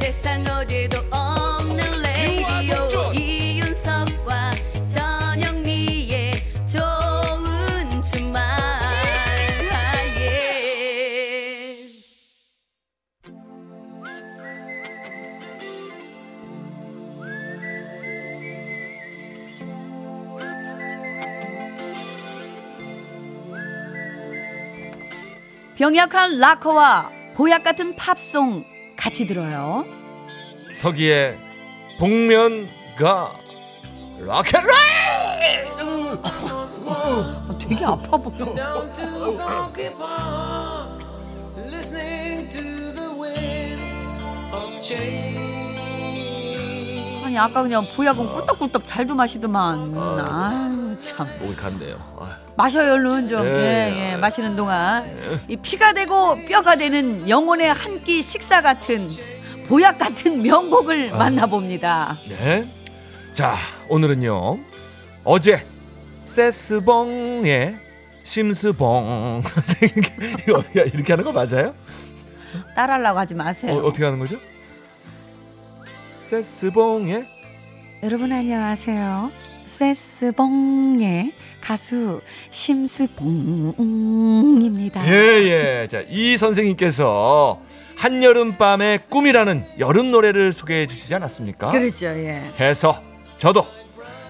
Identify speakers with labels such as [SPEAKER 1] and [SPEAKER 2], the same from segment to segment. [SPEAKER 1] 세상 어디도 없는
[SPEAKER 2] 유아
[SPEAKER 1] 레디오
[SPEAKER 2] 동전.
[SPEAKER 1] 이윤석과 전영미의 좋은 주말 아, 예. 병약한 락커와 보약 같은 팝송 같이 들어요.
[SPEAKER 3] 서기의 복면가 락앤롤
[SPEAKER 1] 아, 되게 아파 보여.
[SPEAKER 4] down to Gonky Park, listening to the wind of change.
[SPEAKER 1] 아니 아까 그냥 보약은 꿀떡꿀떡 잘도 마시더만. 아유 참.
[SPEAKER 3] 목이 간대요 아,
[SPEAKER 1] 마셔요 얼른 좀.
[SPEAKER 3] 예,
[SPEAKER 1] 예, 예, 마시는 동안 이 피가 되고 뼈가 되는 영혼의 한 끼 식사 같은 보약 같은 명곡을 만나봅니다.
[SPEAKER 3] 아. 네. 자 오늘은요 어제 세스봉의 심스봉 이거 어떻게 이렇게 하는 거 맞아요?
[SPEAKER 1] 따라하려고 하지 마세요.
[SPEAKER 3] 어, 어떻게 하는 거죠? 세스봉의
[SPEAKER 1] 여러분 안녕하세요. 세스봉의 가수 심스봉입니다.
[SPEAKER 3] 예예. 자, 이 선생님께서 한여름 밤의 꿈이라는 여름 노래를 소개해 주시지 않았습니까?
[SPEAKER 1] 그렇죠, 예.
[SPEAKER 3] 해서 저도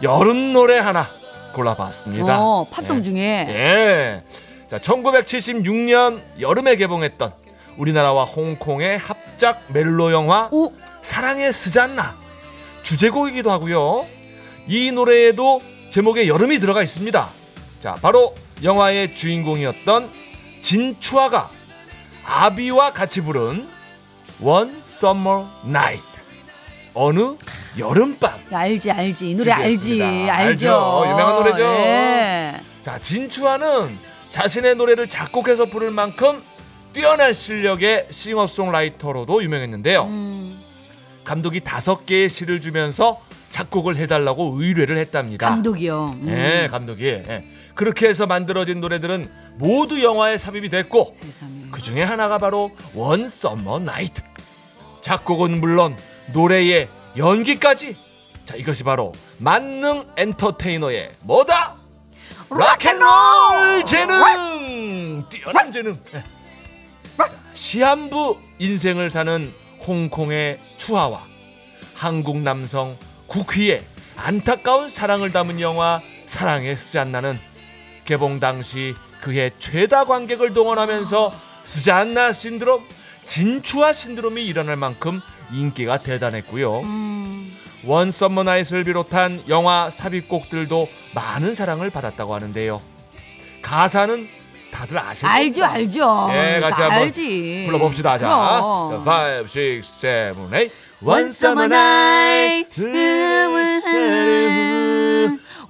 [SPEAKER 3] 여름 노래 하나 골라봤습니다.
[SPEAKER 1] 어, 팝송
[SPEAKER 3] 예.
[SPEAKER 1] 중에
[SPEAKER 3] 예. 자, 1976년 여름에 개봉했던 우리나라와 홍콩의 합작 멜로 영화
[SPEAKER 1] 오,
[SPEAKER 3] 사랑의 스잔나 주제곡이기도 하고요. 이 노래에도 제목에 여름이 들어가 있습니다. 자, 바로 영화의 주인공이었던 진추아가 아비와 같이 부른 One Summer Night 어느 여름밤.
[SPEAKER 1] 야, 알지 알지 이 노래 알지
[SPEAKER 3] 준비했습니다.
[SPEAKER 1] 알죠.
[SPEAKER 3] 알죠. 유명한 노래죠. 그러니까.
[SPEAKER 1] 예.
[SPEAKER 3] 자, 진추아는 자신의 노래를 작곡해서 부를 만큼 뛰어난 실력의 싱어송라이터로도 유명했는데요.
[SPEAKER 1] 음,
[SPEAKER 3] 감독이 다섯 개의 시를 주면서 작곡을 해달라고 의뢰를 했답니다.
[SPEAKER 1] 감독이요. 음.
[SPEAKER 3] 예, 감독이. 예. 그렇게 해서 만들어진 노래들은 모두 영화에 삽입이 됐고
[SPEAKER 1] 세상에.
[SPEAKER 3] 그 중에 하나가 바로 원 썸머 나이트. 작곡은 물론 노래에 연기까지. 자, 이것이 바로 만능 엔터테이너의 뭐다? 락앤롤 재능! 뛰어난 재능. 예. 자, 시한부 인생을 사는 홍콩의 추하와 한국 남성 국휘의 안타까운 사랑을 담은 영화 사랑의 스잔나는 개봉 당시 그해 최다 관객을 동원하면서 스잔나 신드롬, 진추아 신드롬이 일어날 만큼 인기가 대단했고요.
[SPEAKER 1] 음,
[SPEAKER 3] 원 썸머 나잇을 비롯한 영화 삽입곡들도 많은 사랑을 받았다고 하는데요. 가사는 다들 아실
[SPEAKER 1] 알죠
[SPEAKER 3] 겁니다.
[SPEAKER 1] 알죠.
[SPEAKER 3] 예, 같이
[SPEAKER 1] 나
[SPEAKER 3] 한번
[SPEAKER 1] 알지.
[SPEAKER 3] 불러봅시다. 자,
[SPEAKER 1] 그럼.
[SPEAKER 3] 5, 6, 7, 8.
[SPEAKER 1] One summer night,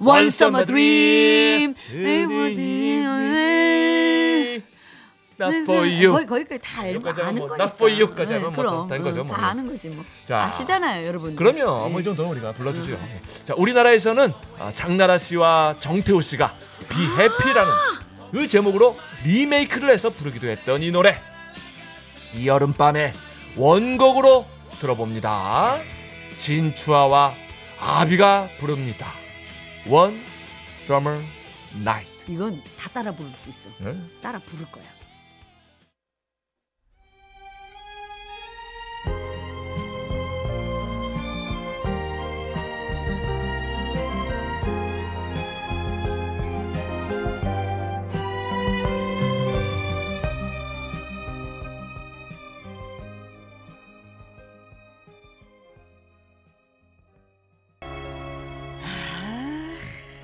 [SPEAKER 1] one summer dream.
[SPEAKER 3] Not
[SPEAKER 1] 네,
[SPEAKER 3] for you.
[SPEAKER 1] 거의 거기까지 다 알고
[SPEAKER 3] 여기까지 하면
[SPEAKER 1] 아는
[SPEAKER 3] 뭐,
[SPEAKER 1] 거니까.
[SPEAKER 3] not for you까지 하면
[SPEAKER 1] 네,
[SPEAKER 3] 뭐
[SPEAKER 1] 그럼
[SPEAKER 3] 다 아는 거죠,
[SPEAKER 1] 음,
[SPEAKER 3] 뭐.
[SPEAKER 1] 다 아는 거지 뭐.
[SPEAKER 3] 자.
[SPEAKER 1] 아시잖아요, 여러분.
[SPEAKER 3] 그럼요.
[SPEAKER 1] 예.
[SPEAKER 3] 뭐 이 정도는 우리가 불러주죠. 자, 우리나라에서는 아, 장나라 씨와 정태호 씨가 Be Happy라는 이 제목으로 리메이크를 해서 부르기도 했던 이 노래. 이 여름밤에 원곡으로 들어봅니다. 진추아와 아비가 부릅니다. One Summer Night.
[SPEAKER 1] 이건 다 따라 부를 수 있어.
[SPEAKER 3] 네.
[SPEAKER 1] 따라 부를 거야.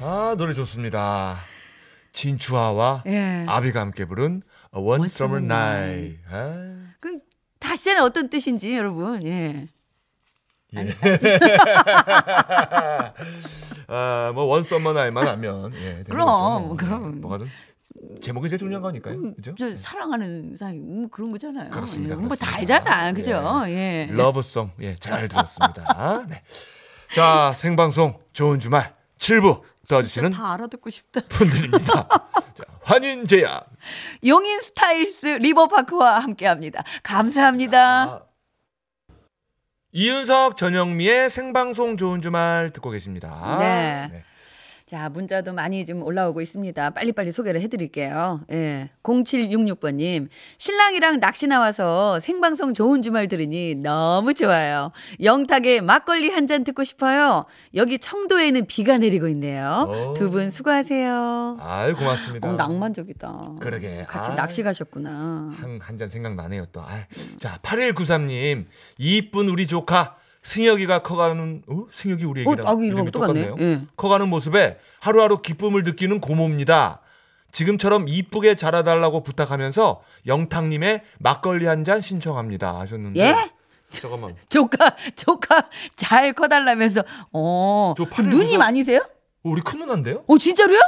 [SPEAKER 3] 아 노래 좋습니다. 진추아와
[SPEAKER 1] 예.
[SPEAKER 3] 아비가 함께 부른 A 네. One Summer
[SPEAKER 1] Summer
[SPEAKER 3] Night. 아.
[SPEAKER 1] 그럼 다시는 어떤 뜻인지 여러분. 예.
[SPEAKER 3] 아, 뭐 원썸머나이만 하면 예, 되는
[SPEAKER 1] 그럼,
[SPEAKER 3] 예, 거죠. 네.
[SPEAKER 1] 그럼. 음,
[SPEAKER 3] 뭐가든 제목이 제일 중요한 거니까요. 그죠? 예.
[SPEAKER 1] 저 사랑하는 사이 음, 그런 거잖아요.
[SPEAKER 3] 그렇습니다,
[SPEAKER 1] 예, 뭐다
[SPEAKER 3] 그렇습니다.
[SPEAKER 1] 알잖아, 그죠? 예.
[SPEAKER 3] 러브송. 예, 잘 들었습니다. 네. 자, 생방송 좋은 주말 7부 떠주시는
[SPEAKER 1] 다 알아듣고 싶다.
[SPEAKER 3] 분들입니다. 자, 환인제야.
[SPEAKER 1] 용인 스타일스 리버파크와 함께합니다. 감사합니다.
[SPEAKER 3] 아. 이윤석, 전영미의 생방송 좋은 주말 듣고 계십니다.
[SPEAKER 1] 네. 자, 문자도 많이 좀 올라오고 있습니다. 빨리빨리 소개를 해드릴게요. 예. 0766번님. 신랑이랑 낚시 나와서 생방송 좋은 주말 들으니 너무 좋아요. 영탁의 막걸리 한 잔 듣고 싶어요. 여기 청도에는 비가 내리고 있네요.
[SPEAKER 3] 오.
[SPEAKER 1] 두 분 수고하세요.
[SPEAKER 3] 아유, 고맙습니다.
[SPEAKER 1] 어, 낭만적이다.
[SPEAKER 3] 그러게.
[SPEAKER 1] 같이
[SPEAKER 3] 아이.
[SPEAKER 1] 낚시 가셨구나.
[SPEAKER 3] 한, 한 잔 생각나네요, 또. 아, 자, 8193님. 이쁜 우리 조카. 승혁이가 커가는, 어? 승혁이 우리
[SPEAKER 1] 어,
[SPEAKER 3] 애기랑
[SPEAKER 1] 아고
[SPEAKER 3] 이름이
[SPEAKER 1] 이름하고 똑같네. 예.
[SPEAKER 3] 커가는 모습에 하루하루 기쁨을 느끼는 고모입니다. 지금처럼 이쁘게 자라달라고 부탁하면서 영탁님의 막걸리 한 잔 신청합니다 하셨는데.
[SPEAKER 1] 예?
[SPEAKER 3] 잠깐만. 어,
[SPEAKER 1] 조카, 조카 잘 커달라면서. 어.
[SPEAKER 3] 저 팔을
[SPEAKER 1] 눈이
[SPEAKER 3] 무서-
[SPEAKER 1] 많이세요?
[SPEAKER 3] 어, 우리 큰 누나인데요?
[SPEAKER 1] 어, 진짜로요?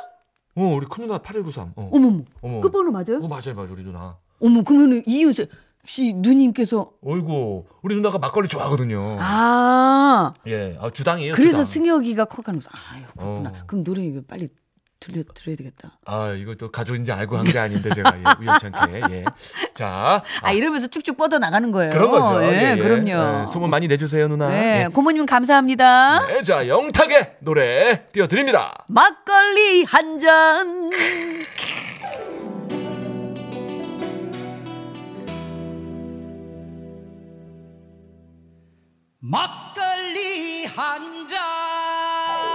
[SPEAKER 3] 어, 우리 큰 누나 8193. 어.
[SPEAKER 1] 어머머.
[SPEAKER 3] 어머.
[SPEAKER 1] 끝번호 맞아요?
[SPEAKER 3] 어, 맞아요, 맞아요, 우리 누나.
[SPEAKER 1] 어머, 그러면 이윤세 씨 누님께서
[SPEAKER 3] 어이구, 우리 누나가 막걸리 좋아하거든요.
[SPEAKER 1] 아
[SPEAKER 3] 예, 아, 주당이에요.
[SPEAKER 1] 그래서
[SPEAKER 3] 주당.
[SPEAKER 1] 승혁이가 커가는 거 아유 그렇구나.
[SPEAKER 3] 어.
[SPEAKER 1] 그럼 노래 이거 빨리 들려 드려야 되겠다.
[SPEAKER 3] 아, 이것도 가족인지 알고 한 게 아닌데 제가 예, 우연찮게. 예. 자,
[SPEAKER 1] 아, 이러면서 쭉쭉 뻗어 나가는 거예요.
[SPEAKER 3] 그런 거죠.
[SPEAKER 1] 예,
[SPEAKER 3] 예, 예.
[SPEAKER 1] 그럼요.
[SPEAKER 3] 예, 소문 많이 내주세요, 누나.
[SPEAKER 1] 네,
[SPEAKER 3] 예.
[SPEAKER 1] 고모님 감사합니다.
[SPEAKER 3] 네, 자, 영탁의 노래 띄워드립니다.
[SPEAKER 1] 막걸리 한 잔.
[SPEAKER 4] 막걸리 한 잔.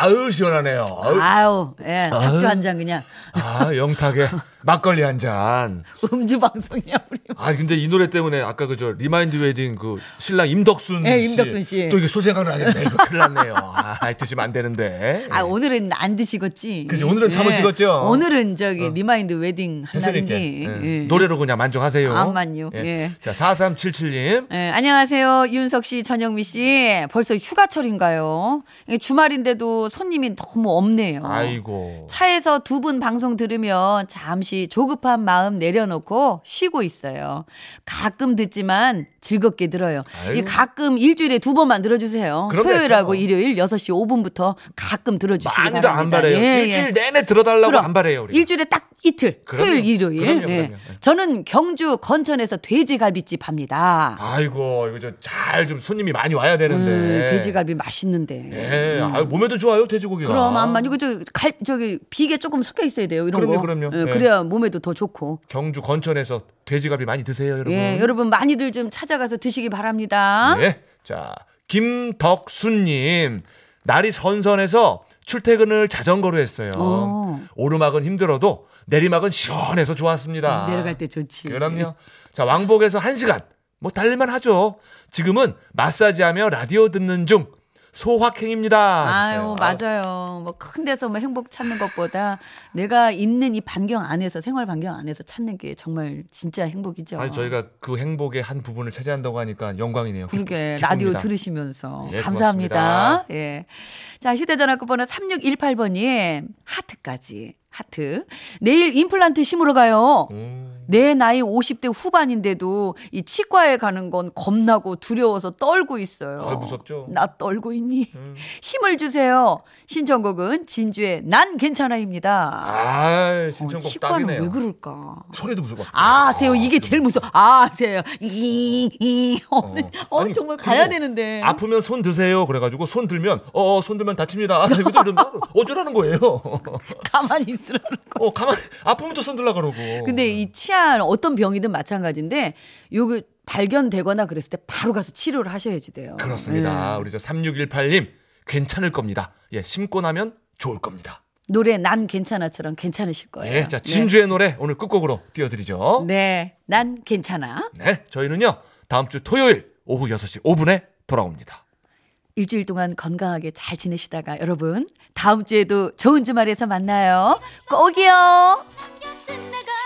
[SPEAKER 3] 아유, 시원하네요. 아유,
[SPEAKER 1] 아유, 예,
[SPEAKER 3] 아유.
[SPEAKER 1] 각주 한 잔 그냥
[SPEAKER 3] 아, 영탁의 막걸리 한 잔.
[SPEAKER 1] 음주 방송이야 우리.
[SPEAKER 3] 아, 근데 이 노래 때문에 아까 그저 리마인드 웨딩 그 신랑 임덕순
[SPEAKER 1] 예,
[SPEAKER 3] 씨.
[SPEAKER 1] 임덕순 씨.
[SPEAKER 3] 또 이게 소생각을 하겠네. 이거 큰일 났네요. 아, 드시면 안 되는데.
[SPEAKER 1] 아 오늘은 안 드시겠지. 예.
[SPEAKER 3] 그치, 오늘은 참으시겠죠? 어.
[SPEAKER 1] 오늘은 저기 리마인드 웨딩 한
[SPEAKER 3] 했으니까.
[SPEAKER 1] 날이니.
[SPEAKER 3] 예.
[SPEAKER 1] 예.
[SPEAKER 3] 노래로 그냥 만족하세요.
[SPEAKER 1] 암만요. 예.
[SPEAKER 3] 자, 4377님.
[SPEAKER 1] 네, 안녕하세요. 윤석 씨, 전영미 씨. 벌써 휴가철인가요? 이게 주말인데도 손님이 너무 없네요.
[SPEAKER 3] 아이고.
[SPEAKER 1] 차에서 두 분 방송 들으면 잠시 조급한 마음 내려놓고 쉬고 있어요. 가끔 듣지만 즐겁게 들어요.
[SPEAKER 3] 아유.
[SPEAKER 1] 이 가끔 일주일에 두 번만 들어주세요.
[SPEAKER 3] 그럼요.
[SPEAKER 1] 토요일하고 일요일 6시 5분부터 가끔 들어주시기
[SPEAKER 3] 많이도
[SPEAKER 1] 바랍니다.
[SPEAKER 3] 안 바래요.
[SPEAKER 1] 예, 예.
[SPEAKER 3] 일주일 내내 들어달라고
[SPEAKER 1] 그럼
[SPEAKER 3] 안 바래요. 우리.
[SPEAKER 1] 일주일에 딱 이틀.
[SPEAKER 3] 그럼요.
[SPEAKER 1] 토요일, 일요일.
[SPEAKER 3] 그럼요, 그럼요.
[SPEAKER 1] 예.
[SPEAKER 3] 예.
[SPEAKER 1] 저는 경주 건천에서 돼지갈비집 합니다.
[SPEAKER 3] 아이고, 이거 저 잘 좀 손님이 많이 와야 되는데.
[SPEAKER 1] 음, 돼지갈비 맛있는데.
[SPEAKER 3] 예, 아유, 몸에도 좋아요, 돼지고기가.
[SPEAKER 1] 그럼 안만 이거 저기 갈 저기 비계 조금 섞여 있어야 돼요 이런
[SPEAKER 3] 그럼요,
[SPEAKER 1] 거.
[SPEAKER 3] 그럼요.
[SPEAKER 1] 예,
[SPEAKER 3] 네.
[SPEAKER 1] 그래야 몸에도 더 좋고.
[SPEAKER 3] 경주 건천에서 돼지갈비 많이 드세요, 여러분.
[SPEAKER 1] 예, 여러분 많이들 좀 찾아가서 드시기 바랍니다.
[SPEAKER 3] 예. 자, 김덕수님. 날이 선선해서 출퇴근을 자전거로 했어요.
[SPEAKER 1] 오.
[SPEAKER 3] 오르막은 힘들어도 내리막은 시원해서 좋았습니다.
[SPEAKER 1] 아. 네, 내려갈 때 좋지.
[SPEAKER 3] 아. 그럼요. 자, 왕복에서 1시간. 뭐 달릴만 하죠. 지금은 마사지하며 라디오 듣는 중 소확행입니다.
[SPEAKER 1] 아유,
[SPEAKER 3] 하셨어요.
[SPEAKER 1] 맞아요. 뭐 큰 데서 뭐 행복 찾는 것보다 내가 있는 이 반경 안에서 생활 반경 안에서 찾는 게 정말 진짜 행복이죠.
[SPEAKER 3] 아니 저희가 그 행복의 한 부분을 차지한다고 하니까 영광이네요.
[SPEAKER 1] 그러게
[SPEAKER 3] 기-
[SPEAKER 1] 라디오
[SPEAKER 3] 기쁩니다.
[SPEAKER 1] 들으시면서
[SPEAKER 3] 예,
[SPEAKER 1] 감사합니다.
[SPEAKER 3] 고맙습니다.
[SPEAKER 1] 예. 자, 휴대전화 끝번호 3618번님 하트까지 하트. 내일 임플란트 심으러 가요.
[SPEAKER 3] 음.
[SPEAKER 1] 내 나이 50대 후반인데도 이 치과에 가는 건 겁나고 두려워서 떨고 있어요.
[SPEAKER 3] 아, 무섭죠. 음.
[SPEAKER 1] 나 떨고 있니? 힘을 주세요. 신청곡은 진주의 난 괜찮아입니다.
[SPEAKER 3] 아,
[SPEAKER 1] 어,
[SPEAKER 3] 신청곡
[SPEAKER 1] 치과는
[SPEAKER 3] 딱이네요.
[SPEAKER 1] 왜 그럴까?
[SPEAKER 3] 소리도 무서워.
[SPEAKER 1] 아세요 이게 제일 무서워. 아세요 이이 어, 어,
[SPEAKER 3] 아니,
[SPEAKER 1] 정말
[SPEAKER 3] 그리고
[SPEAKER 1] 가야 되는데.
[SPEAKER 3] 네. 아프면 손 드세요. 그래가지고 손 들면 어, 손 들면 다칩니다. 아, 이거 저런 거 어쩌라는 거예요.
[SPEAKER 1] 가만히 있으라는 거.
[SPEAKER 3] 어, 가만 아프면 또 손 들라 그러고.
[SPEAKER 1] 근데 이 치아 어떤 병이든 마찬가지인데 요게 발견되거나 그랬을 때 바로 가서 치료를 하셔야지 돼요. 네.
[SPEAKER 3] 그렇습니다. 우리 저 3618님 괜찮을 겁니다. 예, 심고 나면 좋을 겁니다.
[SPEAKER 1] 예. 노래 난 괜찮아처럼 괜찮으실 거예요.
[SPEAKER 3] 예, 자 진주의 노래 오늘 끝곡으로 띄워드리죠.
[SPEAKER 1] 네. 네, 난 괜찮아.
[SPEAKER 3] 네, 저희는요 다음 주 토요일 오후 6시 5분에 돌아옵니다.
[SPEAKER 1] 일주일 동안 건강하게 잘 지내시다가 여러분 다음 주에도 좋은 주말에서 만나요. 꼭이요.
[SPEAKER 2] 곁은 내가